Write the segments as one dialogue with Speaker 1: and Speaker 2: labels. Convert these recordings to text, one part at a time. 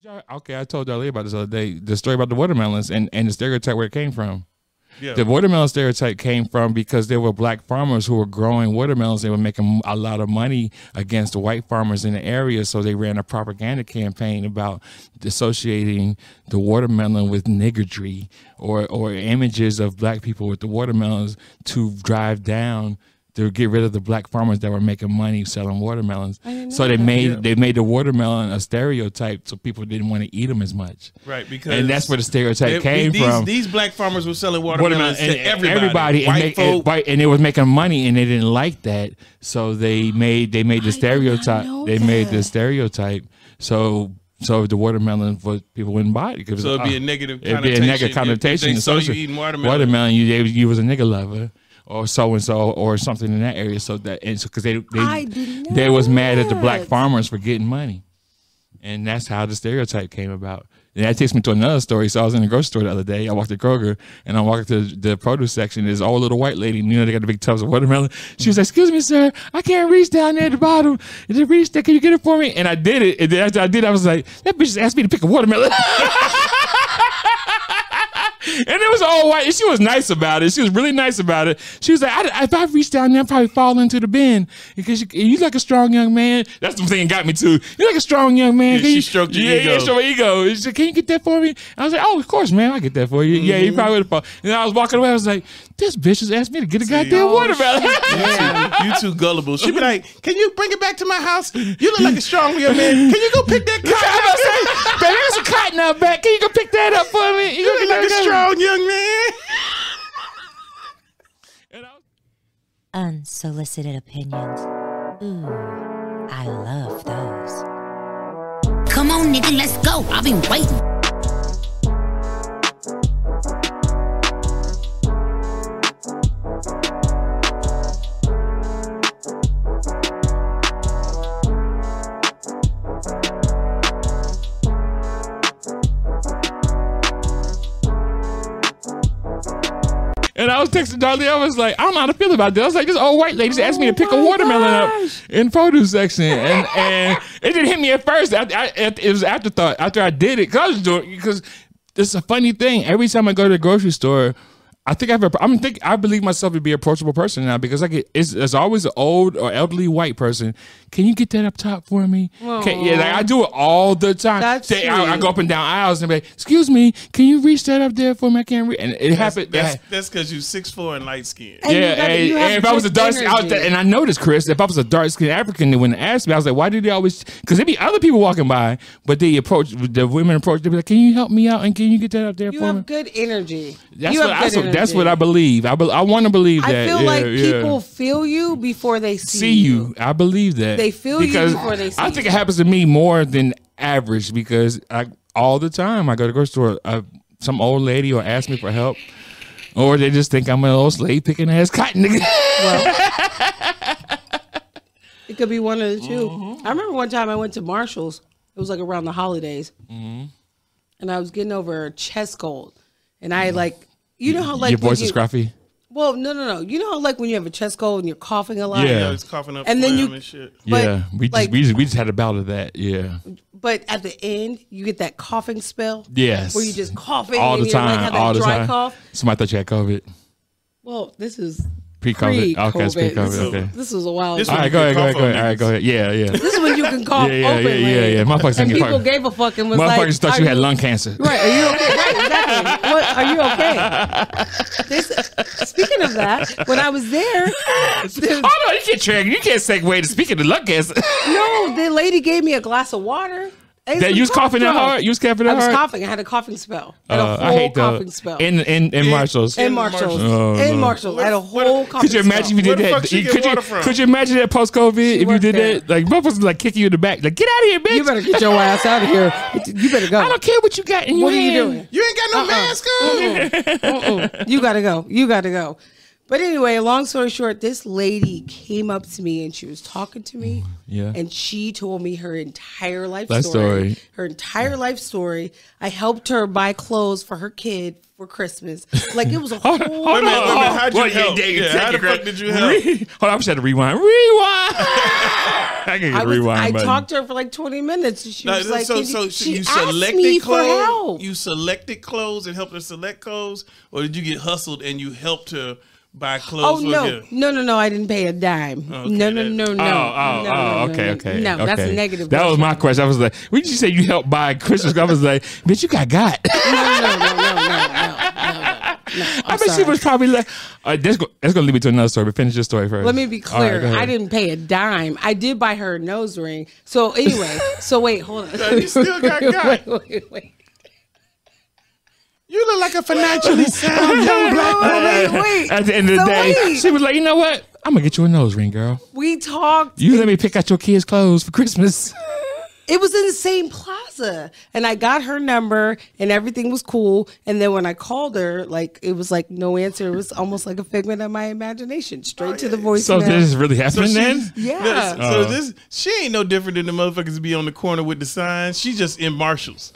Speaker 1: Y'all- Okay, I told y'all about this other day. The story about the watermelons and and the stereotype where it came from.
Speaker 2: Yeah.
Speaker 1: The watermelon stereotype came from because there were black farmers who were growing watermelons. They were making a lot of money against the white farmers in the area, so they ran a propaganda campaign about associating the watermelon with niggardry or or images of black people with the watermelons to drive down to get rid of the black farmers that were making money selling watermelons.
Speaker 3: didn't
Speaker 1: So
Speaker 3: know
Speaker 1: they
Speaker 3: that.
Speaker 1: made
Speaker 2: Yeah.
Speaker 1: they made the watermelon a stereotype, so people didn't want to eat them as much.
Speaker 2: Right, because
Speaker 1: And that's where the stereotype
Speaker 2: They-
Speaker 1: came
Speaker 2: these,
Speaker 1: from.
Speaker 2: These black farmers were selling
Speaker 1: Watermelon
Speaker 2: watermelons
Speaker 1: and
Speaker 2: to everybody.
Speaker 1: everybody, and,
Speaker 2: white
Speaker 1: make,
Speaker 2: folk.
Speaker 1: and, white, and they was making money, and they didn't like that, so they made they made the stereotype.
Speaker 3: know
Speaker 1: They made the
Speaker 3: that.
Speaker 1: stereotype. So so the watermelon for people wouldn't buy it. 'cause,
Speaker 2: so it'd be
Speaker 1: uh,
Speaker 2: a negative.
Speaker 1: it'd be a negative connotation.
Speaker 2: If they saw you
Speaker 1: associated-
Speaker 2: eating watermelon.
Speaker 1: you, they, you was a nigga lover or so and so or something in that area. So that and because they they
Speaker 3: I didn't know
Speaker 1: they was mad at the black
Speaker 3: that.
Speaker 1: farmers for getting money, and that's how the stereotype came about. And that takes me to another story. So I was in the grocery store the other day. I walked to Kroger and I walked to the produce section. There's all little white lady. You know they got the big tubs of watermelon. She was like, "Excuse me, sir, I can't reach down there at the bottom. Is it reach there? Can you get it for me?" And I did it. And then after I did, I was like, "That bitch just asked me to pick a watermelon." And it was all white. And she was nice about it. She was really nice about it. She was like, I, if I reach down there, I'd probably fall into the bin because you, you like a strong young man. That's the thing that got me too. You're like a strong young man.
Speaker 2: Yeah,
Speaker 1: Can
Speaker 2: she
Speaker 1: you,
Speaker 2: stroked your
Speaker 1: yeah,
Speaker 2: ego.
Speaker 1: Yeah, stroked my ego. She said, can you get that for me? And I was like, oh, of course, man. I get that for you. Yeah,
Speaker 2: Mm-hmm.
Speaker 1: you probably would have fallen. And I was walking away. I was like, this bitch just asked me to get a goddamn
Speaker 2: oh,
Speaker 1: watermelon.
Speaker 2: You too gullible. She'd be like, "Can you bring it back to my house? You look like a strong young man. Can you go pick that
Speaker 1: I'm
Speaker 2: cotton?
Speaker 1: about to say, baby, there's some cotton out back. Can you go pick that up for me? You
Speaker 2: You
Speaker 1: gonna
Speaker 2: look
Speaker 1: get
Speaker 2: like a
Speaker 1: that-
Speaker 2: strong young man."
Speaker 1: And I was-
Speaker 4: Unsolicited opinions. Ooh, I love those.
Speaker 5: Come on, nigga, let's go. I've been waiting.
Speaker 1: And I was texting Darlene. I was like, I don't know how to feel about this. I was like, this old white lady just asked me to pick a watermelon
Speaker 3: Oh gosh.
Speaker 1: up in produce section, and and it didn't hit me at first. I, I, it it was afterthought after I did it because I was doing because it's a funny thing. Every time I go to the grocery store. I think I've, I'm think I believe myself to be an approachable person now because I get it's, it's always an old or elderly white person. Can you get that up top for me? Can, yeah, like I do it all the time.
Speaker 3: That's
Speaker 1: Say, I, I
Speaker 3: sweet.
Speaker 1: go up and down aisles and be like, "Excuse me, can you reach that up there for me? I can't reach." And it happened.
Speaker 2: That's
Speaker 1: that-
Speaker 2: that's because you six four and light skinned.
Speaker 3: And you
Speaker 1: yeah,
Speaker 3: gotta-
Speaker 1: and,
Speaker 3: you have
Speaker 1: and if I was a
Speaker 3: good
Speaker 1: dark, I was,
Speaker 3: energy.
Speaker 1: and I noticed Chris, if I was a dark skinned African, they wouldn't ask me. I was like, why do they always? Because there'd be other people walking by, but they approach the women approach. They'd be like, can you help me out and can you get that up there
Speaker 3: You
Speaker 1: for
Speaker 3: have
Speaker 1: me?
Speaker 3: good energy.
Speaker 1: That's
Speaker 3: you
Speaker 1: what
Speaker 3: have
Speaker 1: I,
Speaker 3: good
Speaker 1: so that's what I
Speaker 3: energy.
Speaker 1: believe. I be, I want to believe
Speaker 3: I
Speaker 1: that.
Speaker 3: feel
Speaker 1: Yeah,
Speaker 3: like
Speaker 1: yeah.
Speaker 3: people feel you before they see,
Speaker 1: see you. I believe that
Speaker 3: They feel you before they see
Speaker 1: I think
Speaker 3: you.
Speaker 1: it happens to me more than average because I all the time I go to the grocery store, I, some old lady will ask me for help, or they just think I'm an old slave picking ass cotton nigga.
Speaker 3: It could be one of the 2
Speaker 1: Mm-hmm.
Speaker 3: I remember one time I went to Marshall's. It was like around the holidays,
Speaker 1: Mm-hmm.
Speaker 3: and I was getting over a chest cold, and I like, you know how like
Speaker 1: Mm-hmm. Your
Speaker 3: when
Speaker 1: voice
Speaker 3: you,
Speaker 1: is scruffy.
Speaker 3: Well, no, no, no. You know how like when you have a chest cold and you're coughing a lot.
Speaker 1: Yeah.
Speaker 2: I was coughing up
Speaker 3: And then
Speaker 2: phlegm
Speaker 3: you-
Speaker 2: and shit.
Speaker 3: But,
Speaker 1: yeah, we just
Speaker 3: like-
Speaker 1: we just we just had a bout of that. Yeah,
Speaker 3: But at the end, you get that coughing spell.
Speaker 1: Yes.
Speaker 3: Where you just coughing
Speaker 1: all
Speaker 3: and
Speaker 1: the
Speaker 3: you, like,
Speaker 1: time,
Speaker 3: have that
Speaker 1: all the
Speaker 3: dry
Speaker 1: time.
Speaker 3: cough.
Speaker 1: Somebody thought you had COVID.
Speaker 3: Well, this is
Speaker 1: Pre-COVID.
Speaker 3: pre-COVID.
Speaker 1: Okay, it's pre-COVID,
Speaker 3: This, is-
Speaker 1: okay.
Speaker 3: this was a while.
Speaker 2: This
Speaker 1: All
Speaker 3: ago.
Speaker 1: right,
Speaker 2: you
Speaker 1: go
Speaker 2: could
Speaker 1: ahead, go ahead,
Speaker 2: cough
Speaker 1: go
Speaker 2: on
Speaker 1: ahead. All right,
Speaker 2: niggas.
Speaker 1: go ahead. Yeah, yeah.
Speaker 3: This is when you can
Speaker 1: Yeah,
Speaker 3: cough
Speaker 1: yeah, yeah,
Speaker 3: openly.
Speaker 1: yeah, yeah. Motherfuckers
Speaker 3: And
Speaker 1: think you
Speaker 3: people
Speaker 1: fuck-
Speaker 3: gave a fuck and was like,
Speaker 1: Motherfuckers thought
Speaker 3: are
Speaker 1: you had lung cancer.
Speaker 3: Right? Are you okay? Right? Exactly. What? Are you okay? This, speaking of that, when I was there, the-
Speaker 1: Oh no, you can't track. You can't segue to speaking of lung cancer.
Speaker 3: no, the lady gave me a glass of water. and
Speaker 1: that
Speaker 3: some
Speaker 1: you was
Speaker 3: cough
Speaker 1: coughing that
Speaker 3: drops.
Speaker 1: hard. You was coughing
Speaker 3: I
Speaker 1: that
Speaker 3: was
Speaker 1: hard.
Speaker 3: coughing. I had a coughing spell. I had
Speaker 1: Uh,
Speaker 3: a whole
Speaker 1: I hate
Speaker 3: coughing
Speaker 1: the
Speaker 3: spell.
Speaker 1: in in in Marshalls.
Speaker 3: in
Speaker 2: Marshalls.
Speaker 3: Marshalls.
Speaker 1: Oh,
Speaker 3: in
Speaker 1: no.
Speaker 3: Marshalls. I had a
Speaker 2: What-
Speaker 3: whole
Speaker 2: what-
Speaker 3: coffee
Speaker 1: Could you imagine if you
Speaker 2: Where
Speaker 1: did
Speaker 2: the
Speaker 1: that?
Speaker 2: fuck she
Speaker 1: You-
Speaker 2: get
Speaker 1: Could
Speaker 2: water
Speaker 1: you,
Speaker 2: from?
Speaker 1: could you imagine that post COVID if you
Speaker 3: worked
Speaker 1: did
Speaker 3: there.
Speaker 1: that? Like motherfuckers would, like kick you in the back. Like get out of here, bitch!
Speaker 3: You better get your ass out of here. You better go.
Speaker 1: I don't care what you got in
Speaker 3: what are
Speaker 1: your
Speaker 3: you Uh-uh.
Speaker 1: hand.
Speaker 3: doing? Mm,
Speaker 2: You ain't got no mask on.
Speaker 3: You gotta go. You gotta go. But anyway, long story short, this lady came up to me and she was talking to me.
Speaker 1: Mm, Yeah.
Speaker 3: And she told me her entire life
Speaker 1: Life
Speaker 3: story.
Speaker 1: story.
Speaker 3: Her entire life story. I helped her buy clothes for her kid for Christmas. Like it was a whole
Speaker 1: Hold
Speaker 2: minute, wait a minute.
Speaker 1: on.
Speaker 2: How'd you
Speaker 1: Well,
Speaker 2: help?
Speaker 1: did-
Speaker 2: Yeah, how
Speaker 1: take
Speaker 2: the
Speaker 1: it, Greg.
Speaker 2: fuck did you help?
Speaker 1: Re- Hold on, I'm just had to rewind. Rewind. I can hit
Speaker 3: I,
Speaker 1: the
Speaker 3: was,
Speaker 1: rewind
Speaker 3: I
Speaker 1: button.
Speaker 3: talked to her for like 20 minutes. and She
Speaker 2: No,
Speaker 3: was like,
Speaker 2: so
Speaker 3: "Can
Speaker 2: so
Speaker 3: you, she
Speaker 2: you
Speaker 3: asked
Speaker 2: selected
Speaker 3: me
Speaker 2: clothes.
Speaker 3: for help.
Speaker 2: You selected clothes and helped her select clothes, or did you get hustled and you helped her buy
Speaker 3: Oh
Speaker 2: clothes? with
Speaker 3: no,
Speaker 2: you?
Speaker 3: no, no, no! I didn't pay a dime.
Speaker 2: Okay,
Speaker 3: no, no,
Speaker 2: that-
Speaker 3: no, no,
Speaker 1: Oh,
Speaker 3: no,
Speaker 1: oh,
Speaker 3: no,
Speaker 1: oh,
Speaker 3: no,
Speaker 1: okay,
Speaker 3: no.
Speaker 1: okay.
Speaker 3: No, that's
Speaker 1: okay.
Speaker 3: a negative.
Speaker 1: That was
Speaker 3: version.
Speaker 1: my question. I was like, when did you say you helped buy Christmas? I was like, bitch, you got got.
Speaker 3: No, no, no, no, no, no, no, no, no.
Speaker 1: I
Speaker 3: I'm
Speaker 1: bet
Speaker 3: sorry.
Speaker 1: she was probably like, all right, that's, go- that's going to lead me to another story, but finish your story first.
Speaker 3: Let me be
Speaker 1: All right,
Speaker 3: clear.
Speaker 1: go ahead.
Speaker 3: I didn't pay a dime. I did buy her a nose ring. So anyway, so wait, hold on.
Speaker 2: you still got got.
Speaker 3: wait, wait, wait.
Speaker 2: You look like a financially sound young black
Speaker 3: Wait,
Speaker 2: woman.
Speaker 3: wait, wait.
Speaker 1: At the end of the
Speaker 3: So
Speaker 1: day,
Speaker 3: wait.
Speaker 1: she was like, you know what? I'm going to get you a nose ring, girl.
Speaker 3: We talked.
Speaker 1: You let me pick out your kids' clothes for Christmas.
Speaker 3: It was in the same plaza, and I got her number, and everything was cool. And then when I called her, like it was like no answer. It was almost like a figment of my imagination, straight to the voicemail.
Speaker 1: So this is really happening then? Uh-huh.
Speaker 3: Yeah.
Speaker 2: No, so so this she ain't no different than the motherfuckers be on the corner with the signs. She just in Marshalls.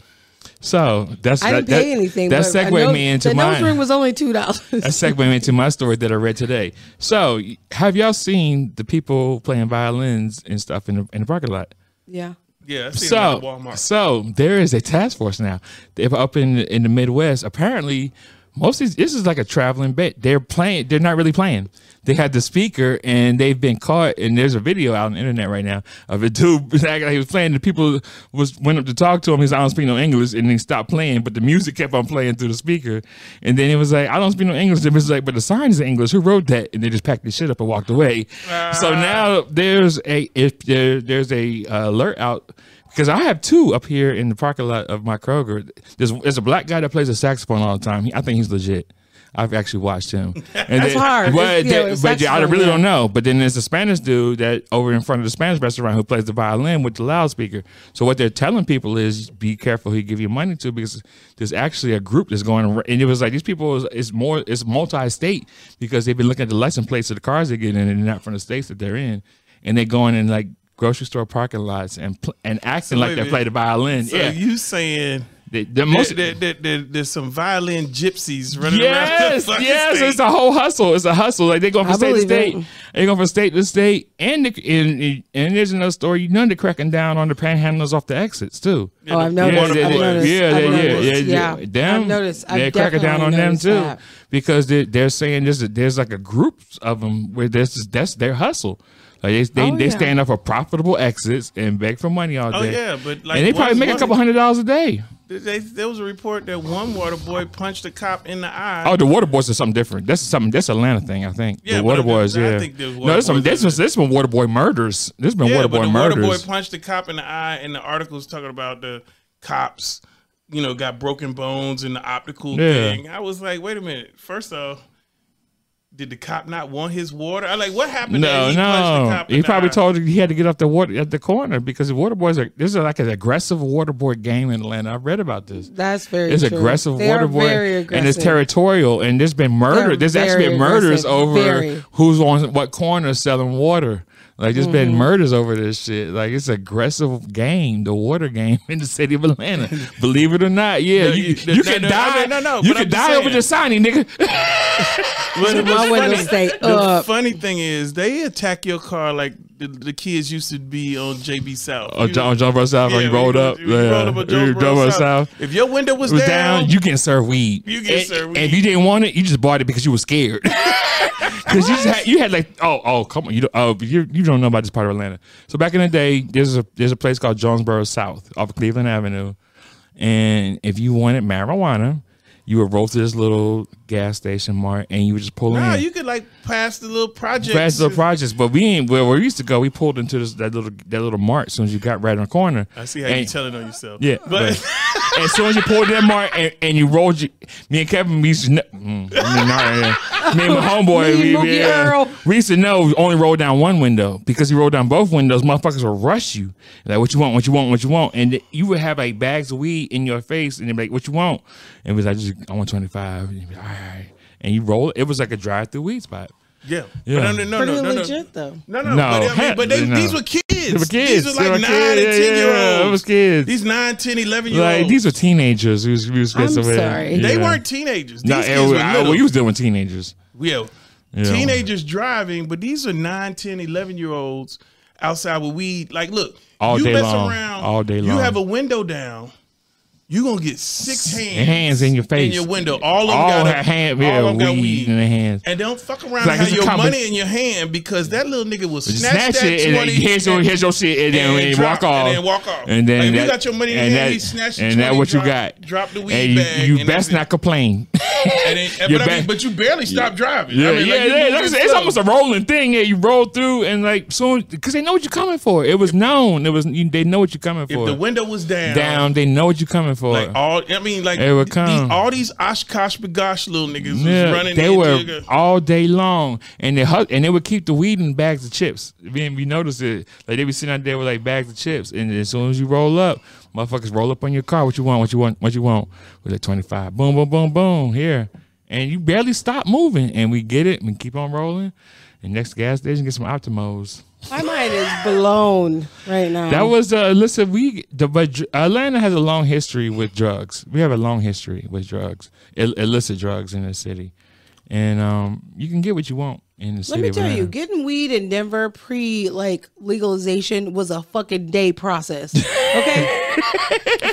Speaker 1: So that's
Speaker 3: I didn't
Speaker 1: that,
Speaker 3: pay
Speaker 1: that-
Speaker 3: anything.
Speaker 1: That
Speaker 3: but a
Speaker 1: segued
Speaker 3: nose-
Speaker 1: me into
Speaker 3: the
Speaker 1: mine.
Speaker 3: nose ring was only two dollars.
Speaker 1: that segued me into my story that I read today. So have y'all seen the people playing violins and stuff in the, in the parking lot?
Speaker 3: yeah.
Speaker 2: Yeah, I seen
Speaker 1: so,
Speaker 2: them at Walmart.
Speaker 1: So there is a task force now. They're up in in the Midwest. Apparently, most of these, this is like a traveling bit. They're playing. They're not really playing. They had the speaker, and they've been caught. And there's a video out on the internet right now of a dude acting like he was playing. The people was went up to talk to him. He's like, I don't speak no English, and he stopped playing. But the music kept on playing through the speaker. And then it was like, I don't speak no English. It was like, but the sign is in English. Who wrote that? And they just packed this shit up and walked away.
Speaker 2: Ah.
Speaker 1: so now there's a if there, there's a uh, alert out because I have two up here in the parking lot of my Kroger. There's there's a black guy that plays a saxophone all the time. He, I think he's legit. I've actually watched him. And That's
Speaker 3: hard.
Speaker 1: But,
Speaker 3: It's- yeah,
Speaker 1: there-
Speaker 3: it's
Speaker 1: but yeah, I
Speaker 3: saxophone,
Speaker 1: really
Speaker 3: yeah.
Speaker 1: don't know. But then there's a Spanish dude that over in front of the Spanish restaurant who plays the violin with the loudspeaker. So what they're telling people is be careful who you give your money to because there's actually a group that's going ar- and it was like these people is, it's more it's multi-state because they've been looking at the license plates of the cars they get in and they're not from the states that they're in and they're going in like grocery store parking lots and pl- and acting
Speaker 2: wait
Speaker 1: like
Speaker 2: a
Speaker 1: they
Speaker 2: minute.
Speaker 1: play the violin.
Speaker 2: So
Speaker 1: yeah,
Speaker 2: you saying
Speaker 1: the, the
Speaker 2: there,
Speaker 1: most.
Speaker 2: there, there- there- there's some violin gypsies running around. the
Speaker 1: Yes,
Speaker 2: fucking
Speaker 1: yes,
Speaker 2: state.
Speaker 1: it's a whole hustle. It's a hustle. Like they go from
Speaker 3: I
Speaker 1: state to
Speaker 3: believe
Speaker 1: state.
Speaker 3: it.
Speaker 1: They go from state to state, and the, and, and there's another story. You know they're cracking down on the panhandlers off the exits too.
Speaker 3: Oh, I've
Speaker 1: Yeah,
Speaker 3: noticed.
Speaker 1: they-
Speaker 3: I've
Speaker 1: they-
Speaker 3: noticed.
Speaker 1: yeah,
Speaker 3: I've
Speaker 1: they-
Speaker 3: noticed.
Speaker 1: yeah, yeah, yeah. Them,
Speaker 3: I've noticed. I've
Speaker 1: they're cracking down on
Speaker 3: definitely
Speaker 1: them
Speaker 3: noticed
Speaker 1: too
Speaker 3: that.
Speaker 1: because they, they're saying there's a, there's like a group of them where this is that's their hustle. Like they they,
Speaker 3: Oh,
Speaker 1: they
Speaker 3: yeah.
Speaker 1: stand up for profitable exits and beg for money all day.
Speaker 2: Oh, yeah, but, like,
Speaker 1: and they probably
Speaker 2: once-
Speaker 1: make a
Speaker 2: once-
Speaker 1: couple hundred dollars a day.
Speaker 2: They- there was a report that one water boy punched a cop in the eye.
Speaker 1: Oh, the water boys is something different. That's something. That's Atlanta thing, I think.
Speaker 2: Yeah,
Speaker 1: the
Speaker 2: but
Speaker 1: water
Speaker 2: I-
Speaker 1: boys.
Speaker 2: I
Speaker 1: Yeah.
Speaker 2: think the
Speaker 1: no,
Speaker 2: Water
Speaker 1: there's some.
Speaker 2: Boys
Speaker 1: This
Speaker 2: is-
Speaker 1: was this been water boy murders. There's been water
Speaker 2: but
Speaker 1: boy
Speaker 2: the
Speaker 1: murders.
Speaker 2: water boy punched the cop in the eye, and the article's talking about the cops, you know, got broken bones and the optical
Speaker 1: Yeah.
Speaker 2: thing. I was like, wait a minute. First off, did the cop not want his water? I like, what happened? that
Speaker 1: no,
Speaker 2: he punched the
Speaker 1: no.
Speaker 2: cop in
Speaker 1: He
Speaker 2: the
Speaker 1: probably
Speaker 2: eye?
Speaker 1: told you he had to get off the water at the corner because the water boys are. This is like an aggressive water boy game in Atlanta. I've read about this.
Speaker 3: That's very
Speaker 1: It's
Speaker 3: true.
Speaker 1: aggressive
Speaker 3: They
Speaker 1: water
Speaker 3: are
Speaker 1: boy,
Speaker 3: very
Speaker 1: and it's
Speaker 3: aggressive.
Speaker 1: territorial. And there's been murder.
Speaker 3: They're
Speaker 1: there's actually
Speaker 3: very
Speaker 1: been murders
Speaker 3: aggressive.
Speaker 1: over
Speaker 3: Very.
Speaker 1: who's on what corner selling water. Like there's
Speaker 3: Mm-hmm.
Speaker 1: been murders over this shit. Like it's aggressive game, the water game in the city of Atlanta. Believe it or not, yeah,
Speaker 2: No,
Speaker 1: you,
Speaker 2: you-
Speaker 1: you
Speaker 2: no,
Speaker 1: can
Speaker 2: no, no,
Speaker 1: die.
Speaker 2: I mean, no, no,
Speaker 1: you can
Speaker 2: but I'm just
Speaker 1: die over
Speaker 2: saying.
Speaker 1: the signing, nigga.
Speaker 2: But it was
Speaker 3: My windows stay
Speaker 2: The
Speaker 3: up.
Speaker 2: funny thing is, they attack your car like the, the kids used to be on JB South.
Speaker 1: Oh,
Speaker 2: You-
Speaker 1: John, John Bro South,
Speaker 2: Yeah,
Speaker 1: you rolled up,
Speaker 2: You rolled up
Speaker 1: yeah.
Speaker 2: on John
Speaker 1: You
Speaker 2: Bro
Speaker 1: rolled up
Speaker 2: South.
Speaker 1: south.
Speaker 2: If your window was,
Speaker 1: It was
Speaker 2: down,
Speaker 1: down. You can serve weed.
Speaker 2: You can
Speaker 1: and,
Speaker 2: serve
Speaker 1: And if
Speaker 2: weed.
Speaker 1: you didn't want it, you just bought it because you were scared. Because you just had you had like oh oh come on you don't, oh you, you don't know about this part of Atlanta. So back in the day, there's a there's a place called Jonesboro South off of Cleveland Avenue, and if you wanted marijuana, you would roll to this little gas station mart and you would just pull
Speaker 2: nah,
Speaker 1: in.
Speaker 2: you could like pass the little project.
Speaker 1: Fast little projects, but we ain't where we used to go. We pulled into this that little that little mart as soon as you got right on the corner.
Speaker 2: I see how
Speaker 1: And-
Speaker 2: you're telling on yourself.
Speaker 1: yeah,
Speaker 2: but
Speaker 1: but as soon as you pulled that mark and, and you rolled, you, me and Kevin, we used to know. Mm, I mean, not, uh, me and my homeboy,
Speaker 3: Me
Speaker 1: we,
Speaker 3: and Mookie
Speaker 1: yeah.
Speaker 3: Earl.
Speaker 1: we used to know we only roll down one window because you roll down both windows, motherfuckers will rush you like, "What you want? What you want? What you want?" And th- you would have like bags of weed in your face, and they'd be like, "What you want?" And it was like, "Just- "I want 25. And you'd be like, "All right." and you roll. It was like a drive-through weed spot.
Speaker 2: Yeah.
Speaker 1: Yeah.
Speaker 2: But no, no,
Speaker 3: Pretty
Speaker 2: no, no, no.
Speaker 3: legit though.
Speaker 2: No, no,
Speaker 1: No,
Speaker 2: but, I mean, but they,
Speaker 1: heck no.
Speaker 2: these were kids.
Speaker 1: They were kids.
Speaker 2: These
Speaker 1: They
Speaker 2: were
Speaker 1: were
Speaker 2: like 9
Speaker 1: kids.
Speaker 2: and
Speaker 1: Yeah,
Speaker 2: 10 year
Speaker 1: yeah,
Speaker 2: olds.
Speaker 1: it was kids.
Speaker 2: These 9, 10, 11 year
Speaker 1: Like
Speaker 2: olds.
Speaker 1: these were teenagers who was, who was
Speaker 3: I'm sorry.
Speaker 2: they
Speaker 1: Yeah.
Speaker 2: weren't teenagers. These
Speaker 1: Nah, it
Speaker 2: kids
Speaker 1: was-
Speaker 2: were
Speaker 1: I-
Speaker 2: little.
Speaker 1: well, you was dealing with teenagers.
Speaker 2: yeah.
Speaker 1: Yeah.
Speaker 2: Teenagers driving, but these are 9, 10, 11 year olds outside with weed. Like, look,
Speaker 1: All
Speaker 2: you
Speaker 1: day
Speaker 2: mess
Speaker 1: long.
Speaker 2: around,
Speaker 1: All day
Speaker 2: You
Speaker 1: long.
Speaker 2: have a window down, you're going to get six hands,
Speaker 1: Hands in your face.
Speaker 2: in your window. All of them
Speaker 1: all
Speaker 2: got, a,
Speaker 1: had hand,
Speaker 2: all
Speaker 1: yeah,
Speaker 2: of them got
Speaker 1: weed, in their hands.
Speaker 2: And don't fuck around
Speaker 1: Like,
Speaker 2: and have
Speaker 1: it's a
Speaker 2: your
Speaker 1: combi-
Speaker 2: money in your hand because that little nigga will snatch,
Speaker 1: Snatch,
Speaker 2: that
Speaker 1: it and then
Speaker 2: 20
Speaker 1: here's your here's your shit and then
Speaker 2: and
Speaker 1: and
Speaker 2: drop-
Speaker 1: walk off
Speaker 2: and then walk off.
Speaker 1: and then
Speaker 2: Like, if you
Speaker 1: that-
Speaker 2: got your money in
Speaker 1: and
Speaker 2: your hand,
Speaker 1: that-
Speaker 2: he snatched the
Speaker 1: and that
Speaker 2: 20,
Speaker 1: what you
Speaker 2: drop-
Speaker 1: got
Speaker 2: drop the weed
Speaker 1: and
Speaker 2: bag
Speaker 1: you, you
Speaker 2: and
Speaker 1: best
Speaker 2: everything.
Speaker 1: not complain
Speaker 2: And then,
Speaker 1: Your
Speaker 2: but, I
Speaker 1: back-
Speaker 2: mean, but you barely stopped driving.
Speaker 1: Yeah,
Speaker 2: I mean,
Speaker 1: yeah,
Speaker 2: like, you
Speaker 1: yeah.
Speaker 2: moved
Speaker 1: Like I said,
Speaker 2: it
Speaker 1: it's
Speaker 2: slow.
Speaker 1: almost a rolling thing. Yeah, you roll through and like soon because they know what you're coming for. It was known. It was you, they know what you're coming
Speaker 2: If
Speaker 1: for.
Speaker 2: the window was down,
Speaker 1: down, they know what you're coming for.
Speaker 2: like all I mean, like
Speaker 1: They would
Speaker 2: these-
Speaker 1: come.
Speaker 2: all these Oshkosh bagosh little niggas was
Speaker 1: yeah,
Speaker 2: running.
Speaker 1: they
Speaker 2: in
Speaker 1: were
Speaker 2: jigger.
Speaker 1: all day long, and they hug, and they would keep the weed in bags of chips. We we noticed it. Like they be sitting out there with like bags of chips, and as soon as you roll up, motherfuckers roll up on your car. What you want? What you want? What you want? With like twenty five, boom, boom, boom, boom, here, and you barely stop moving, and we get it, and we keep on rolling. And next gas station, get some Optimos.
Speaker 3: My mind is blown right now.
Speaker 1: That was uh, listen. We the, but dr- Atlanta has a long history with drugs. We have a long history with drugs, Ill- illicit drugs in the city, and um, you can get what you want in the
Speaker 3: Let
Speaker 1: city.
Speaker 3: me
Speaker 1: of
Speaker 3: tell you,
Speaker 1: Atlanta.
Speaker 3: getting weed in Denver pre like legalization was a fucking day process. Okay,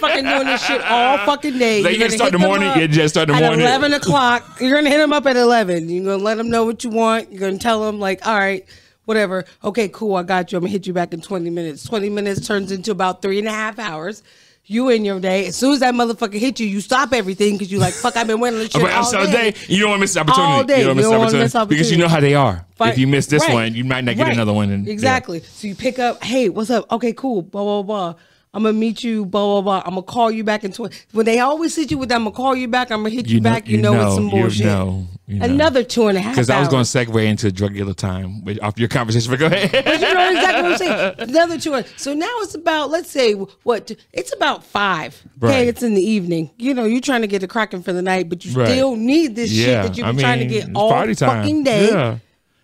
Speaker 3: fucking doing this shit all fucking day.
Speaker 1: Like, you
Speaker 3: You're
Speaker 1: can
Speaker 3: gonna
Speaker 1: start
Speaker 3: hit
Speaker 1: the
Speaker 3: them
Speaker 1: morning,
Speaker 3: up
Speaker 1: you just start the
Speaker 3: at
Speaker 1: morning.
Speaker 3: Eleven o'clock. You're gonna hit them up at eleven. You're gonna let them know what you want. You're gonna tell them like, all right, whatever. Okay, cool. I got you. I'm gonna hit you back in twenty minutes. Twenty minutes turns into about three and a half hours. You in your day. As soon as that motherfucker hit you, you stop everything because you like, fuck. I've been waiting this shit
Speaker 1: But I'm
Speaker 3: all
Speaker 1: sorry,
Speaker 3: day.
Speaker 1: day. you don't want to miss the opportunity.
Speaker 3: All day.
Speaker 1: You don't, miss,
Speaker 3: You
Speaker 1: the
Speaker 3: don't wanna
Speaker 1: opportunity.
Speaker 3: miss the
Speaker 1: because you know how they are.
Speaker 3: Right.
Speaker 1: If you miss this
Speaker 3: Right.
Speaker 1: one, you might not get
Speaker 3: Right.
Speaker 1: another one. And, yeah.
Speaker 3: exactly. So you pick up, hey, what's up? Okay, cool. Blah blah blah. I'm gonna meet you. Blah blah blah. I'm gonna call you back in twenty. When they always hit you with, that, I'm gonna call you back. I'm gonna hit you,
Speaker 1: You know-
Speaker 3: back. You,
Speaker 1: you
Speaker 3: know,
Speaker 1: know,
Speaker 3: it's some
Speaker 1: you
Speaker 3: bullshit.
Speaker 1: know, you know.
Speaker 3: Another two and a half.
Speaker 1: Because I was going
Speaker 3: hours.
Speaker 1: to segue into drug dealer time with- off your conversation, but go ahead.
Speaker 3: you know exactly what I'm saying. Another two. hours. So now it's about let's say what it's about five.
Speaker 1: Right.
Speaker 3: Okay, it's in the evening. You know, you're trying to get the cracking for the night, but you
Speaker 1: Right.
Speaker 3: still need this
Speaker 1: Yeah,
Speaker 3: shit that you've
Speaker 1: I
Speaker 3: been trying to
Speaker 1: mean,
Speaker 3: get
Speaker 1: it's
Speaker 3: all
Speaker 1: party time.
Speaker 3: fucking day.
Speaker 1: Yeah.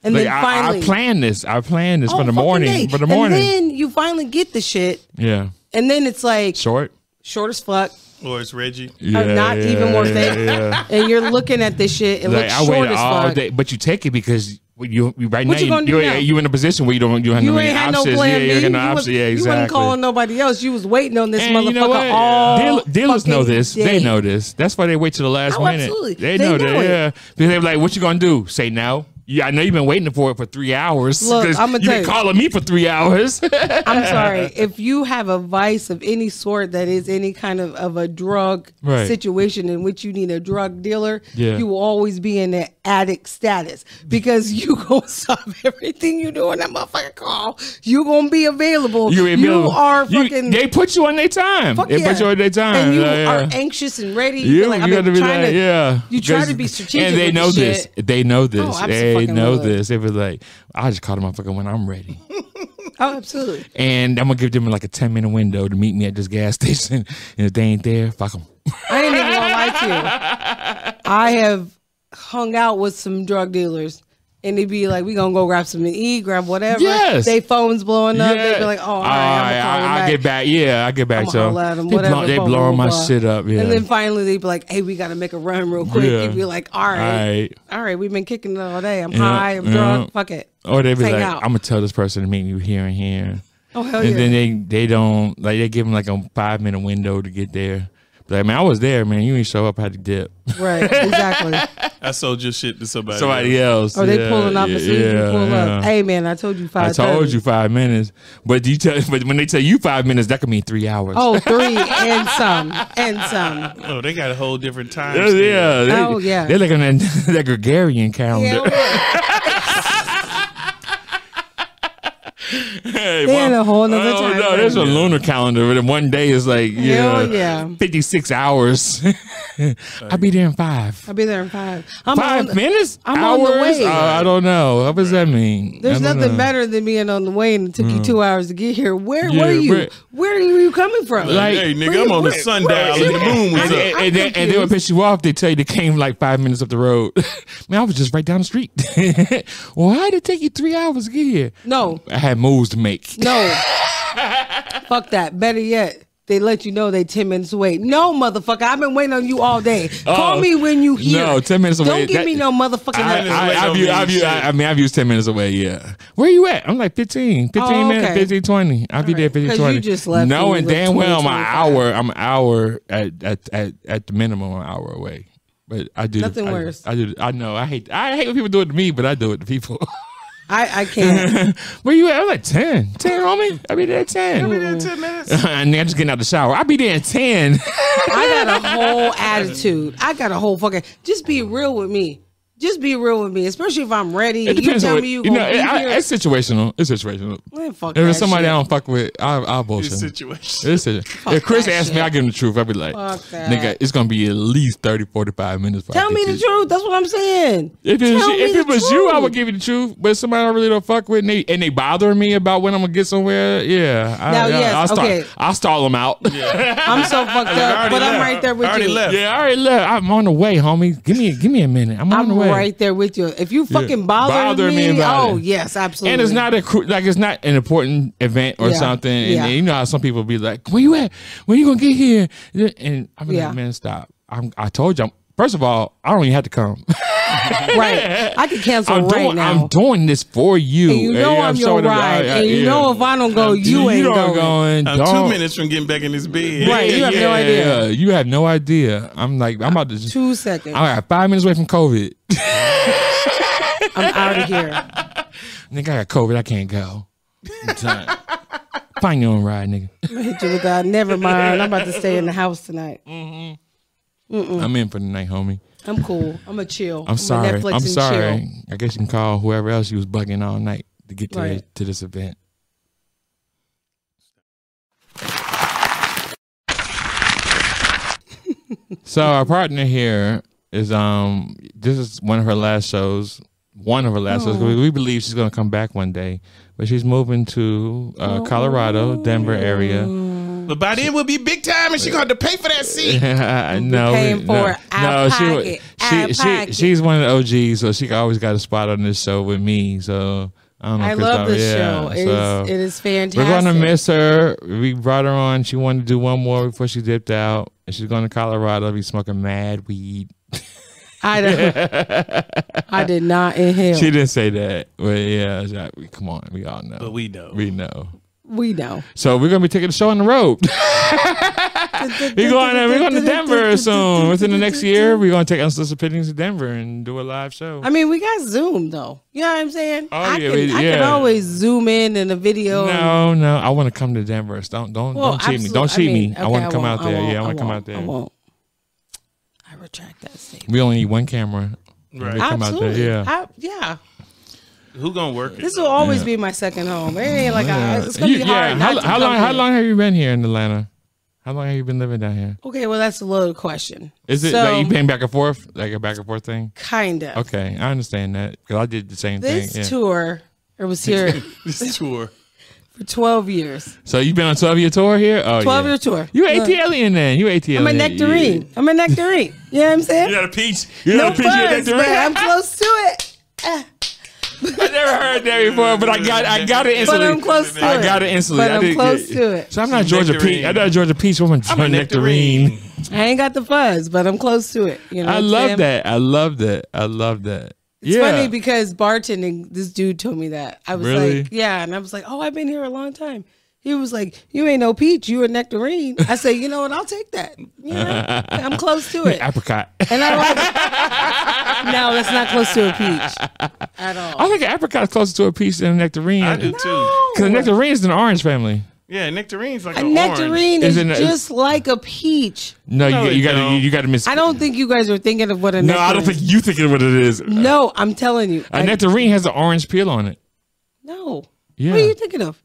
Speaker 3: And
Speaker 1: Like,
Speaker 3: then
Speaker 1: I-
Speaker 3: finally,
Speaker 1: I, planned this. I planned this
Speaker 3: all
Speaker 1: for the
Speaker 3: Oh, fucking
Speaker 1: morning.
Speaker 3: day.
Speaker 1: For the morning.
Speaker 3: And then you finally get the shit,
Speaker 1: yeah.
Speaker 3: and then it's like
Speaker 1: Short.
Speaker 3: short as fuck,
Speaker 2: Or Oh, it's Reggie.
Speaker 1: Yeah,
Speaker 3: or not even
Speaker 1: yeah,
Speaker 3: worth
Speaker 1: yeah,
Speaker 3: it. And you're looking at this shit, it
Speaker 1: Like
Speaker 3: looks
Speaker 1: I
Speaker 3: short
Speaker 1: waited
Speaker 3: as
Speaker 1: all
Speaker 3: fuck.
Speaker 1: day, but you take it because you, you right
Speaker 3: What you
Speaker 1: now
Speaker 3: gonna do
Speaker 1: you,
Speaker 3: now?
Speaker 1: are you in a position where you don't you don't have
Speaker 3: You
Speaker 1: no
Speaker 3: ain't
Speaker 1: many
Speaker 3: had no
Speaker 1: options.
Speaker 3: plan
Speaker 1: yeah,
Speaker 3: B.
Speaker 1: you ain't got no
Speaker 3: you,
Speaker 1: options.
Speaker 3: was,
Speaker 1: yeah, exactly.
Speaker 3: you wasn't calling nobody else. You was waiting on this motherfucker
Speaker 1: And you know what?
Speaker 3: all.
Speaker 1: Deal- dealers
Speaker 3: fucking
Speaker 1: know this. They
Speaker 3: day.
Speaker 1: know this. That's why they wait till the last
Speaker 3: Oh,
Speaker 1: minute.
Speaker 3: absolutely.
Speaker 1: They,
Speaker 3: They
Speaker 1: know,
Speaker 3: know
Speaker 1: that.
Speaker 3: it.
Speaker 1: Yeah, because they're like, "What you gonna do? Say no." Yeah, I know you've been waiting for it for three hours.
Speaker 3: Look,
Speaker 1: 'cause
Speaker 3: I'ma
Speaker 1: you've
Speaker 3: tell
Speaker 1: been
Speaker 3: you.
Speaker 1: calling me for three hours.
Speaker 3: I'm sorry. If you have a vice of any sort that is any kind of, of a drug
Speaker 1: Right.
Speaker 3: situation in which you need a drug dealer,
Speaker 1: Yeah.
Speaker 3: you will always be in an addict status because you gonna stop everything you do in that motherfucker call. You gonna be available.
Speaker 1: You ain't been-
Speaker 3: are
Speaker 1: you-
Speaker 3: fucking.
Speaker 1: they put you on their time.
Speaker 3: fuck
Speaker 1: they
Speaker 3: yeah.
Speaker 1: put you on their time.
Speaker 3: and you
Speaker 1: Like, yeah.
Speaker 3: are anxious and ready.
Speaker 1: You,
Speaker 3: You're like, I've
Speaker 1: you got to
Speaker 3: been
Speaker 1: be
Speaker 3: trying
Speaker 1: like,
Speaker 3: to-
Speaker 1: yeah.
Speaker 3: You try to be
Speaker 1: Because-
Speaker 3: strategic.
Speaker 1: And they
Speaker 3: with
Speaker 1: know
Speaker 3: the
Speaker 1: this.
Speaker 3: shit. Oh,
Speaker 1: They know this. they
Speaker 3: absolutely.
Speaker 1: know this. They was like, I just called the motherfucker when I'm ready.
Speaker 3: Oh, absolutely.
Speaker 1: and I'm going to give them like a 10 minute window to meet me at this gas station. And if they ain't there, fuck them.
Speaker 3: I ain't even gonna lie to you. I have hung out with some drug dealers. And they'd be like, we gonna go grab something to eat, grab whatever.
Speaker 1: Yes.
Speaker 3: They phones blowing up. They'd be like, oh, all right, I'm gonna call
Speaker 1: I,
Speaker 3: you
Speaker 1: will
Speaker 3: back.
Speaker 1: get back. Yeah, I get back.
Speaker 3: I'ma
Speaker 1: so
Speaker 3: holla at 'em,
Speaker 1: they, blow,
Speaker 3: whatever,
Speaker 1: they
Speaker 3: blah,
Speaker 1: blowing
Speaker 3: blah,
Speaker 1: my
Speaker 3: blah.
Speaker 1: shit up. Yeah.
Speaker 3: And then finally they'd be like, hey, we gotta make a run real quick.
Speaker 1: Yeah.
Speaker 3: You'd be like, all
Speaker 1: All
Speaker 3: right, all
Speaker 1: right.
Speaker 3: we've been kicking it all day. I'm
Speaker 1: Yeah,
Speaker 3: high, I'm
Speaker 1: yeah.
Speaker 3: drunk, fuck it.
Speaker 1: or they be
Speaker 3: Hang
Speaker 1: like,
Speaker 3: out.
Speaker 1: I'm going to tell this person to meet me here and here.
Speaker 3: Oh, hell
Speaker 1: and
Speaker 3: yeah.
Speaker 1: then they they don't like they give them like a five minute window to get there. Like man, I was there, man. You ain't show up, I had to dip.
Speaker 3: right, exactly.
Speaker 2: I sold your shit to somebody.
Speaker 1: Somebody else.
Speaker 3: Or Oh, they
Speaker 1: Yeah,
Speaker 3: pulling up as soon as you
Speaker 1: yeah,
Speaker 3: pull
Speaker 1: yeah.
Speaker 3: up. Hey man, I told you
Speaker 1: I
Speaker 3: five.
Speaker 1: told you five minutes, but do you tell, but when they tell you five minutes, that could mean three hours.
Speaker 3: Oh, three and some. And some.
Speaker 2: Oh, they got a whole different time.
Speaker 1: yeah,
Speaker 2: scale.
Speaker 1: yeah, they,
Speaker 3: Oh, yeah.
Speaker 1: They're like on that, that Gregorian calendar.
Speaker 3: Yeah,
Speaker 1: Hey,
Speaker 3: They had a whole nother
Speaker 1: oh,
Speaker 3: time
Speaker 1: no,
Speaker 3: frame.
Speaker 1: there's a lunar calendar, but in one day is like yeah,
Speaker 3: Hell yeah.
Speaker 1: 56 hours. I'll be there in five.
Speaker 3: I'll be there in five. I'm
Speaker 1: Five
Speaker 3: on the-
Speaker 1: minutes?
Speaker 3: I'm on
Speaker 1: hours?
Speaker 3: the way.
Speaker 1: Uh, I don't know. What does that mean?
Speaker 3: There's
Speaker 1: I don't
Speaker 3: nothing
Speaker 1: know.
Speaker 3: better than being on the way and it took you two hours to get here. Where
Speaker 1: Mm. Yeah,
Speaker 3: were you?
Speaker 1: where-
Speaker 3: Where, are you coming from?
Speaker 1: Like,
Speaker 2: hey,
Speaker 3: where
Speaker 2: nigga, I'm on the
Speaker 3: you-
Speaker 2: sundial
Speaker 3: where
Speaker 2: and
Speaker 3: you
Speaker 2: the
Speaker 3: at?
Speaker 2: moon was
Speaker 1: and,
Speaker 2: up.
Speaker 1: and, and, then, and they would piss you off. They tell you they came like five minutes up the road. Man, I was just right down the street. Why did it take you three hours to get here?
Speaker 3: No,
Speaker 1: I had moves to make.
Speaker 3: no. Fuck that. Better yet, they let you know they 10 minutes away. No, motherfucker. I've been waiting on you all day. Call
Speaker 1: Uh-oh.
Speaker 3: me when you here.
Speaker 1: Oh. No, 10 minutes away.
Speaker 3: Don't give
Speaker 1: That-
Speaker 3: me no motherfucking.
Speaker 1: I,
Speaker 2: minutes away
Speaker 1: I, I,
Speaker 2: don't
Speaker 1: view,
Speaker 2: mean
Speaker 1: I, view,
Speaker 2: shit.
Speaker 1: I, I mean, I've used 10 minutes away, yeah. Where you at? I'm like 15, 15
Speaker 3: Oh,
Speaker 1: minutes,
Speaker 3: okay.
Speaker 1: 15, 20. I'll be there 15,
Speaker 3: 'Cause you
Speaker 1: 20.
Speaker 3: just left
Speaker 1: Knowing
Speaker 3: and you
Speaker 1: damn
Speaker 3: were
Speaker 1: well I'm
Speaker 3: 20,
Speaker 1: an
Speaker 3: 25.
Speaker 1: hour, I'm an hour at, at, at, at the minimum, an hour away. But I do
Speaker 3: Nothing
Speaker 1: I,
Speaker 3: worse.
Speaker 1: I do. I know. I hate. I hate when people do it to me, but I do it to people.
Speaker 3: I, I can't.
Speaker 1: Where you at? I'm at 10. 10, homie. I'll be there at 10. and then I'm just getting out the shower. I'll be there at 10.
Speaker 3: I got a whole attitude. I got a whole fucking. Just be real with me. Just be real with me, especially if I'm ready.
Speaker 1: It
Speaker 3: You
Speaker 1: depends
Speaker 3: tell
Speaker 1: on what,
Speaker 3: me
Speaker 1: you
Speaker 3: you
Speaker 1: know,
Speaker 3: gonna be
Speaker 1: I-
Speaker 3: here.
Speaker 1: it's situational. It's situational.
Speaker 3: Man, fuck
Speaker 1: If
Speaker 3: that
Speaker 1: it's somebody
Speaker 3: shit.
Speaker 1: I don't fuck with, I, I'll bullshit.
Speaker 2: This
Speaker 1: them.
Speaker 2: situation.
Speaker 1: This is if Chris
Speaker 3: that
Speaker 1: asked me,
Speaker 3: shit.
Speaker 1: I give him the truth. I'd be like,
Speaker 3: Fuck that.
Speaker 1: nigga, it's gonna be at least 30, 45 minutes. before I
Speaker 3: Tell
Speaker 1: get
Speaker 3: me the
Speaker 1: this.
Speaker 3: truth. That's what I'm saying.
Speaker 1: If it was,
Speaker 3: Tell
Speaker 1: you,
Speaker 3: me
Speaker 1: if
Speaker 3: the
Speaker 1: it was you, I
Speaker 3: truth.
Speaker 1: would give you the truth. But if somebody I really don't fuck with, and they, and they bother me about when I'm gonna get somewhere, yeah, I,
Speaker 3: Now,
Speaker 1: I,
Speaker 3: yes,
Speaker 1: I'll start,
Speaker 3: okay.
Speaker 1: I'll stall them out.
Speaker 3: I'm so fucked up,
Speaker 2: already
Speaker 3: but I'm
Speaker 2: left.
Speaker 3: right there with
Speaker 2: I already
Speaker 3: you.
Speaker 2: left.
Speaker 1: yeah, all right, look, I'm on the way, homie. Give me, give me a minute. I'm on
Speaker 3: I'm
Speaker 1: the way.
Speaker 3: right there with you. If you fucking bother,
Speaker 1: Bother me
Speaker 3: me,
Speaker 1: about
Speaker 3: oh
Speaker 1: it.
Speaker 3: yes, absolutely.
Speaker 1: And it's not a cru- like it's not an important event or
Speaker 3: Yeah.
Speaker 1: something. And
Speaker 3: Yeah.
Speaker 1: you know how some people be like, "Where you at? When you gonna get here?" And I'm
Speaker 3: Yeah.
Speaker 1: like, "Man, stop! I'm, I told you. I'm, first of all, I don't even have to come.
Speaker 3: right. I can cancel
Speaker 1: I'm
Speaker 3: right
Speaker 1: doing,
Speaker 3: now.
Speaker 1: I'm doing this for you.
Speaker 3: and you know I'm your
Speaker 1: showing them-
Speaker 3: ride,
Speaker 1: I- I-
Speaker 3: and you
Speaker 1: yeah.
Speaker 3: know if I don't go, you, ain't
Speaker 1: don't
Speaker 3: going.
Speaker 1: going.
Speaker 2: I'm
Speaker 1: don't.
Speaker 2: two minutes from getting back in this bed.
Speaker 3: Right. you have no idea.
Speaker 1: yeah. You have no idea. I'm like, I'm about to just.
Speaker 3: Two seconds,
Speaker 1: I got five minutes away from COVID.
Speaker 3: I'm out of here.
Speaker 1: Nigga, I got COVID. I can't go. Find your own ride, nigga.
Speaker 3: Hit you with that. Never mind. I'm about to stay in the house tonight.
Speaker 1: I'm in for the night, homie.
Speaker 3: I'm cool. I'm a chill.
Speaker 1: I'm sorry.
Speaker 3: Netflix
Speaker 1: I'm
Speaker 3: and
Speaker 1: sorry.
Speaker 3: Chill.
Speaker 1: I guess you can call whoever else you was bugging all night to get to,
Speaker 3: Right.
Speaker 1: to this event. so our partner here is um this is one of her last shows. One of her last shows.
Speaker 3: Oh.
Speaker 1: We, we believe she's gonna come back one day, but she's moving to uh, Colorado, Denver area.
Speaker 2: But by then we'll be big time, and she gonna have to pay for that seat.
Speaker 1: no,
Speaker 3: paying
Speaker 1: we-
Speaker 3: for
Speaker 1: no,
Speaker 3: it out
Speaker 1: no,
Speaker 3: of
Speaker 1: she, wa-
Speaker 3: pocket,
Speaker 1: she,
Speaker 3: out of
Speaker 1: she,
Speaker 3: pocket.
Speaker 1: she's one of the OGs, so she always got a spot on this show with me. So I don't know.
Speaker 3: I
Speaker 1: Chris,
Speaker 3: love this
Speaker 1: yeah,
Speaker 3: show. It is
Speaker 1: so
Speaker 3: it is fantastic.
Speaker 1: we're gonna miss her. We brought her on. She wanted to do one more before she dipped out, and she's going to Colorado. Be smoking mad weed.
Speaker 3: I don't. I did not inhale.
Speaker 1: She didn't say that, but yeah, it's like, we- come on, we all know.
Speaker 2: But we know.
Speaker 1: we know.
Speaker 3: we know.
Speaker 1: So we're gonna be taking the show on the road. we're going. To, we're going to Denver soon. Within the next year, we're gonna take unsolicited opinions to Denver and do a live show.
Speaker 3: I mean, we got Zoom though. You know what I'm saying?
Speaker 1: Oh,
Speaker 3: I
Speaker 1: yeah,
Speaker 3: can,
Speaker 1: we-
Speaker 3: I can
Speaker 1: yeah.
Speaker 3: always zoom in in a video. and-
Speaker 1: No, no, I want to come to Denver. Don't don't
Speaker 3: Well,
Speaker 1: don't cheat me.
Speaker 3: absolute-
Speaker 1: Don't cheat
Speaker 3: I mean,
Speaker 1: me. I
Speaker 3: okay,
Speaker 1: want to come
Speaker 3: won't,
Speaker 1: out there.
Speaker 3: won't,
Speaker 1: yeah, I want to come
Speaker 3: won't,
Speaker 1: out there.
Speaker 3: I won't. I retract that statement.
Speaker 1: We only need one camera.
Speaker 2: Right.
Speaker 1: come out there,
Speaker 3: Absolutely.
Speaker 1: yeah.
Speaker 3: I, yeah.
Speaker 2: Who gonna work it?
Speaker 3: This will always be my second home. It ain't like I, it's gonna
Speaker 1: You-
Speaker 3: be hard. not
Speaker 1: How,
Speaker 3: to
Speaker 1: how
Speaker 3: come
Speaker 1: long? How
Speaker 3: here.
Speaker 1: long have you been here in Atlanta? How long have you been living down here?
Speaker 3: Okay, well that's a loaded question.
Speaker 1: Is it
Speaker 3: so,
Speaker 1: like you been back and forth, like a back and forth thing?
Speaker 3: kinda?
Speaker 1: Okay, I understand that because I did the same
Speaker 3: This
Speaker 1: thing. yeah.
Speaker 3: tour, it was here
Speaker 2: This tour.
Speaker 3: for 12 years.
Speaker 1: So you've been on twelve year tour here? Oh,
Speaker 3: 12
Speaker 1: yeah.
Speaker 3: year tour.
Speaker 1: You
Speaker 3: Look,
Speaker 1: ATLian then? You ATLian?
Speaker 3: I'm a nectarine. I'm a nectarine. You know what I'm saying?
Speaker 1: You're not a peach. You're
Speaker 3: no
Speaker 1: not a peach. You're a
Speaker 3: buds,
Speaker 1: nectarine.
Speaker 3: but I'm close to it.
Speaker 1: I never heard that before, but I got I got it
Speaker 3: But
Speaker 1: instantly.
Speaker 3: I'm close to
Speaker 1: I
Speaker 3: it.
Speaker 1: got it instantly.
Speaker 3: But
Speaker 1: I
Speaker 3: I'm
Speaker 1: didn't
Speaker 3: close
Speaker 1: get-
Speaker 3: to it.
Speaker 1: So I'm not Georgia
Speaker 2: Nectarine.
Speaker 1: Peach. I'm not Georgia Peach. I'm a,
Speaker 2: I'm a
Speaker 1: nectarine.
Speaker 2: nectarine.
Speaker 3: I ain't got the fuzz, but I'm close to it. You know,
Speaker 1: I
Speaker 3: what I'm
Speaker 1: love
Speaker 3: saying?
Speaker 1: that. I love that. I love that.
Speaker 3: It's
Speaker 1: yeah.
Speaker 3: funny because bartending, this dude told me that. I was
Speaker 1: Really?
Speaker 3: like, yeah, and I was like, oh, I've been here a long time. He was like, you ain't no peach, you a nectarine. I said, you know what? I'll take that. Yeah, I'm close to it,
Speaker 1: apricot.
Speaker 3: and I like it. No, that's not close to a peach at all.
Speaker 1: I think an apricot is closer to a peach than a nectarine.
Speaker 2: I do too.
Speaker 1: Because a nectarine is an orange family.
Speaker 2: Yeah, nectarine's like
Speaker 3: Oh, A
Speaker 2: an orange.
Speaker 3: nectarine
Speaker 1: Is
Speaker 3: is
Speaker 1: it-
Speaker 3: just like a peach.
Speaker 1: No,
Speaker 2: No,
Speaker 1: you,
Speaker 2: it
Speaker 1: you gotta you,
Speaker 2: don't.
Speaker 1: gotta miss.
Speaker 3: I don't think you guys are thinking of what a
Speaker 1: no,
Speaker 3: nectarine.
Speaker 1: I don't think you thinking what it is.
Speaker 3: No, I'm telling you.
Speaker 1: A
Speaker 3: I-
Speaker 1: nectarine has an orange peel on it.
Speaker 3: no.
Speaker 1: Yeah.
Speaker 3: What are you thinking of?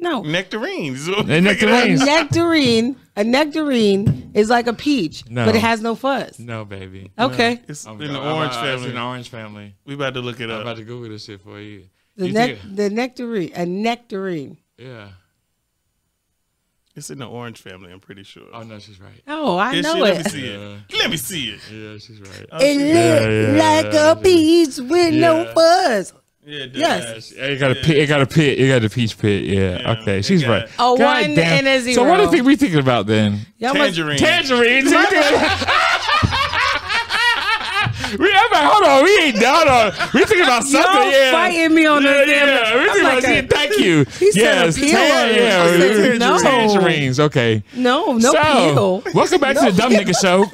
Speaker 3: No.
Speaker 2: Nectarines.
Speaker 1: And nectarines.
Speaker 3: nectarine, a nectarine is like a peach,
Speaker 1: No.
Speaker 3: but it has no fuzz.
Speaker 1: No, baby.
Speaker 3: Okay.
Speaker 2: It's
Speaker 1: Oh,
Speaker 2: in
Speaker 1: God.
Speaker 2: the
Speaker 1: I'm about-
Speaker 2: orange
Speaker 1: It's
Speaker 2: family.
Speaker 1: in the orange family.
Speaker 2: we about to look it
Speaker 1: I'm
Speaker 2: up.
Speaker 1: about to Google this shit for you.
Speaker 3: The
Speaker 1: You
Speaker 3: nec-
Speaker 1: think-
Speaker 3: the nectarine, a nectarine.
Speaker 1: yeah.
Speaker 2: It's in the orange family. I'm pretty sure.
Speaker 1: Oh no, she's right.
Speaker 3: Oh, I
Speaker 2: Is she?
Speaker 3: know
Speaker 2: Let me
Speaker 3: it.
Speaker 2: see it. Let me see it.
Speaker 1: Yeah, she's right.
Speaker 3: It
Speaker 1: Yeah,
Speaker 3: look
Speaker 1: yeah,
Speaker 3: like
Speaker 1: yeah,
Speaker 3: a peach with no
Speaker 1: Yeah.
Speaker 3: fuzz.
Speaker 2: Yeah, it does.
Speaker 3: Yes.
Speaker 1: It got a pit. It got a pit. It got a peach pit. Yeah.
Speaker 2: Yeah.
Speaker 1: okay.
Speaker 2: It
Speaker 1: She's
Speaker 2: got-
Speaker 1: right.
Speaker 3: A
Speaker 1: God
Speaker 3: one
Speaker 1: damn.
Speaker 3: and a
Speaker 1: So what
Speaker 3: zero.
Speaker 1: are we thinking about then?
Speaker 3: Y'all must-
Speaker 2: Tangerine.
Speaker 1: Tangerines. we I'm like, hold on, we ain't done on. We thinking about something.
Speaker 3: Y'all
Speaker 1: yeah,
Speaker 3: fighting me on
Speaker 1: yeah,
Speaker 3: this damn-
Speaker 1: Yeah, we
Speaker 3: I'm
Speaker 1: thinking
Speaker 3: like
Speaker 1: about.
Speaker 3: a-
Speaker 1: shit. thank you.
Speaker 3: He said
Speaker 1: yes,
Speaker 3: appeal.
Speaker 1: yeah,
Speaker 3: I said
Speaker 1: tangerines.
Speaker 3: no.
Speaker 1: tangerines. Okay.
Speaker 3: No, no
Speaker 1: so,
Speaker 3: peel.
Speaker 1: welcome back to the Dumb Nigga Show.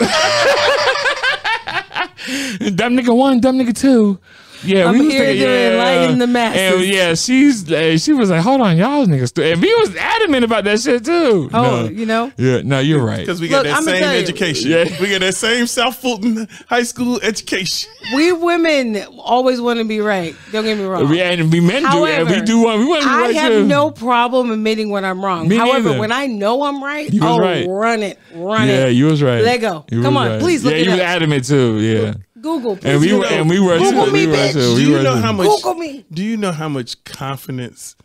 Speaker 1: dumb Nigga One, Dumb Nigga Two. Yeah,
Speaker 3: I'm
Speaker 1: was
Speaker 3: here
Speaker 1: thinking-
Speaker 3: to enlighten the
Speaker 1: And
Speaker 3: masses.
Speaker 1: yeah, she's uh, she was like, hold on, y'all niggas. th-" And we was adamant about that shit too.
Speaker 3: Oh,
Speaker 1: No.
Speaker 3: you know?
Speaker 1: Yeah, no, you're right.
Speaker 2: Because we got
Speaker 3: Look,
Speaker 2: that
Speaker 3: I'ma
Speaker 2: same
Speaker 3: tell you.
Speaker 2: education.
Speaker 1: Yeah.
Speaker 2: We got that same South Fulton High School education.
Speaker 3: We women always want to be right. Don't get me wrong.
Speaker 1: We and we men do it. and We
Speaker 3: However,
Speaker 1: do one. We want to be
Speaker 3: I
Speaker 1: right
Speaker 3: have
Speaker 1: too.
Speaker 3: no problem admitting when I'm wrong.
Speaker 1: Me
Speaker 3: However,
Speaker 1: neither.
Speaker 3: when I know I'm right,
Speaker 1: You was
Speaker 3: oh,
Speaker 1: right.
Speaker 3: run it, run
Speaker 1: yeah,
Speaker 3: it.
Speaker 1: you was right.
Speaker 3: Lego.
Speaker 1: You
Speaker 3: Come
Speaker 1: was
Speaker 3: on,
Speaker 1: right.
Speaker 3: please look
Speaker 1: yeah,
Speaker 3: it
Speaker 1: you was
Speaker 3: up.
Speaker 1: adamant too. Yeah,
Speaker 3: Google, please.
Speaker 1: and we
Speaker 3: look
Speaker 1: were
Speaker 3: it
Speaker 1: and
Speaker 3: up.
Speaker 1: we were
Speaker 3: Google
Speaker 1: too. we
Speaker 3: me,
Speaker 1: were
Speaker 3: bitch.
Speaker 1: too.
Speaker 2: do
Speaker 1: We
Speaker 2: you
Speaker 1: were
Speaker 2: know
Speaker 1: too.
Speaker 2: how much?
Speaker 3: Google me.
Speaker 2: Do you know how much confidence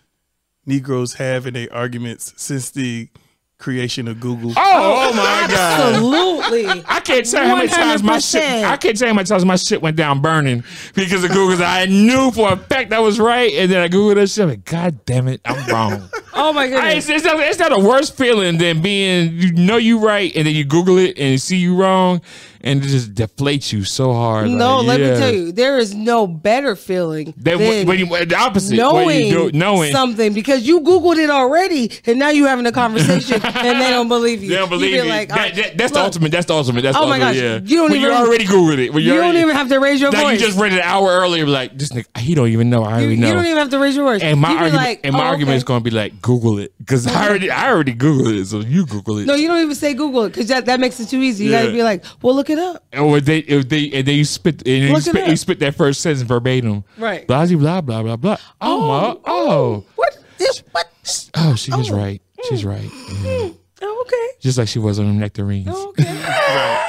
Speaker 2: Negroes have in their arguments since the creation of Google?
Speaker 1: Oh, oh my god.
Speaker 3: Absolutely.
Speaker 1: I can't tell you how many times my shit.
Speaker 3: 100%.
Speaker 1: I can't tell you how many times my shit went down burning because of Google. 'cause I knew for a fact that was right, and then I googled that shit. I'm like, God damn it, I'm wrong.
Speaker 3: Oh my
Speaker 1: I,
Speaker 3: goodness.
Speaker 1: it's, it's not, it's not a worse feeling than being you know you right, and then you Google it and you see you wrong, and it just deflates you so hard.
Speaker 3: No,
Speaker 1: like,
Speaker 3: let
Speaker 1: yeah.
Speaker 3: me tell you, there is no better feeling
Speaker 1: That when,
Speaker 3: than
Speaker 1: when you the opposite
Speaker 3: knowing,
Speaker 1: when you do, knowing
Speaker 3: something because you Googled it already and now you're having a conversation and they don't believe you.
Speaker 1: They don't
Speaker 3: You
Speaker 1: believe it.
Speaker 3: be like, all
Speaker 1: That-
Speaker 3: right,
Speaker 1: that- that's the
Speaker 3: look,
Speaker 1: ultimate. That's the ultimate. That's
Speaker 3: Oh
Speaker 1: the
Speaker 3: my
Speaker 1: ultimate.
Speaker 3: gosh,
Speaker 1: Yeah.
Speaker 3: you don't
Speaker 1: when you
Speaker 3: even-
Speaker 1: already Googled it. When
Speaker 3: You don't
Speaker 1: already-
Speaker 3: even have to raise your
Speaker 1: Like
Speaker 3: voice.
Speaker 1: you just read it an hour earlier. Like this nigga, he don't even know. I
Speaker 3: you,
Speaker 1: already
Speaker 3: you
Speaker 1: know.
Speaker 3: don't even have to raise your voice.
Speaker 1: and my
Speaker 3: You be
Speaker 1: argument,
Speaker 3: like,
Speaker 1: and my
Speaker 3: oh,
Speaker 1: argument is
Speaker 3: okay.
Speaker 1: going to be like Google it because I already, I already Googled it. So you Google it.
Speaker 3: No, you don't even say Google it because that, that makes it too easy. You
Speaker 1: Yeah.
Speaker 3: gotta be like, well, look it up.
Speaker 1: or they, if they, and then you spit, and you
Speaker 3: Look it
Speaker 1: spit,
Speaker 3: up.
Speaker 1: you spit that first sentence verbatim.
Speaker 3: Right.
Speaker 1: Blah blah blah blah blah. Oh, my, oh,
Speaker 3: What? This, what?
Speaker 1: oh, she was right. She's
Speaker 3: Mm.
Speaker 1: right. Yeah.
Speaker 3: Oh, okay.
Speaker 1: Just like she was on them nectarines.
Speaker 3: Oh, okay.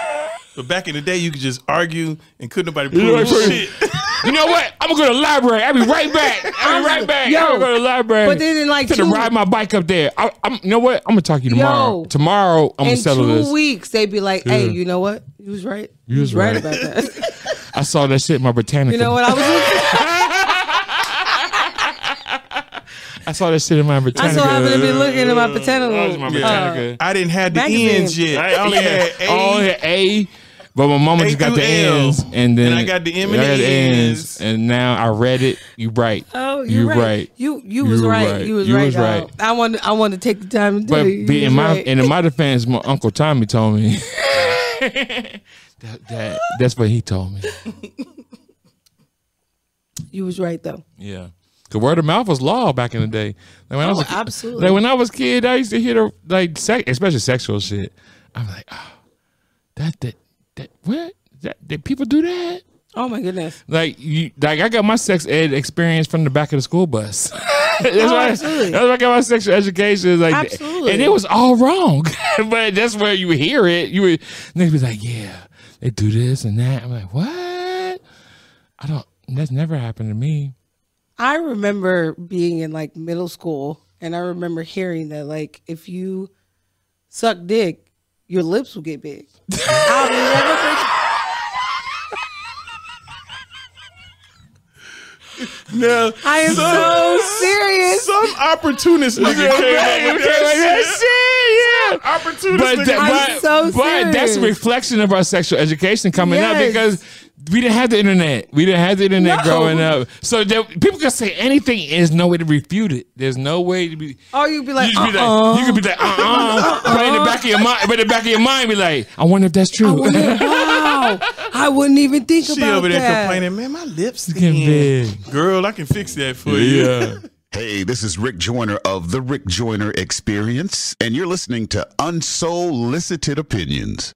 Speaker 2: But back in the day, you could just argue and couldn't nobody
Speaker 1: You know
Speaker 2: prove
Speaker 1: what I'm saying?
Speaker 2: shit.
Speaker 1: You know what? I'm gonna go to the library. I'll be right back. I'll be right back. I'm
Speaker 3: Yo.
Speaker 1: gonna go to the library.
Speaker 3: But then in, like,
Speaker 1: to
Speaker 3: two-
Speaker 1: ride my bike up there. I, I'm, you know what? I'm gonna talk to you tomorrow.
Speaker 3: Yo.
Speaker 1: Tomorrow I'm gonna
Speaker 3: In
Speaker 1: settle
Speaker 3: two
Speaker 1: this.
Speaker 3: weeks, they'd be like, hey,
Speaker 1: Yeah.
Speaker 3: you know what? You was right.
Speaker 1: You was right.
Speaker 3: about that.
Speaker 1: I saw that shit in my Britannica.
Speaker 3: You know what? I was
Speaker 1: I saw that shit in my
Speaker 3: I
Speaker 1: Britannica.
Speaker 3: so happened to be looking at my
Speaker 1: That was my
Speaker 3: potential.
Speaker 1: Britannica.
Speaker 2: Uh, I didn't have the
Speaker 3: Magazine.
Speaker 2: ends yet. I only had
Speaker 1: I only
Speaker 2: A.
Speaker 1: had A, but my mama
Speaker 2: A
Speaker 1: just got
Speaker 2: through
Speaker 1: the
Speaker 2: L.
Speaker 1: N's, and then
Speaker 2: And I got the M and
Speaker 1: I got
Speaker 2: the
Speaker 1: N's,
Speaker 2: N's.
Speaker 1: and now I read it. You right?
Speaker 3: Oh, you're
Speaker 1: You
Speaker 3: right. You you was
Speaker 1: were
Speaker 3: right. You was right. dog. I want I want to take the time and do
Speaker 1: But
Speaker 3: it. You
Speaker 1: be- in
Speaker 3: was
Speaker 1: my
Speaker 3: right.
Speaker 1: and in my defense, my uncle Tommy told me that, that that's what he told me.
Speaker 3: you was right though.
Speaker 1: Yeah. Cause word of mouth was law back in the day. Like when I was a,
Speaker 3: Oh, absolutely.
Speaker 1: Like when I was a kid, I used to hear the, like sex, especially sexual shit. I'm like, oh, that that that what that, did people do that?
Speaker 3: Oh my goodness.
Speaker 1: Like you, like I got my sex ed experience from the back of the school bus. that's why.
Speaker 3: Oh, absolutely.
Speaker 1: That's why I got my sexual education. Like,
Speaker 3: Absolutely.
Speaker 1: and it was all wrong. but that's where you hear it. You would niggas be like, yeah, they do this and that. I'm like, what? I don't. That's never happened to me.
Speaker 3: I remember being in like middle school and I remember hearing that like if you suck dick, your lips will get big. I'll never forget-
Speaker 2: No,
Speaker 3: I am so serious.
Speaker 2: some opportunist nigga came up with that shit.
Speaker 1: That shit, yeah.
Speaker 2: Opportunist
Speaker 1: But,
Speaker 2: nigga.
Speaker 1: that-
Speaker 3: I'm
Speaker 1: but,
Speaker 3: so
Speaker 1: but that's a
Speaker 3: serious.
Speaker 1: reflection of our sexual education coming up
Speaker 3: Yes.
Speaker 1: because we didn't have the internet. We didn't have the internet
Speaker 3: No.
Speaker 1: growing up. So there, people can say anything. and There's no way to refute it. There's no way to be.
Speaker 3: Or you'd be like,
Speaker 1: you could be
Speaker 3: uh-uh.
Speaker 1: like, you could be like, uh uh But in the back of your mind, but in the back of your mind, be like, I wonder if that's
Speaker 3: I
Speaker 1: true.
Speaker 3: wouldn't, wow. I wouldn't even think
Speaker 2: She
Speaker 3: about
Speaker 2: over there
Speaker 3: that.
Speaker 2: complaining, man, my lips
Speaker 1: Getting
Speaker 2: thin.
Speaker 1: big.
Speaker 2: Girl, I can fix that for you.
Speaker 1: Yeah.
Speaker 6: Hey, this is Rick Joyner of The Rick Joyner Experience, and you're listening to Unsolicited Opinions.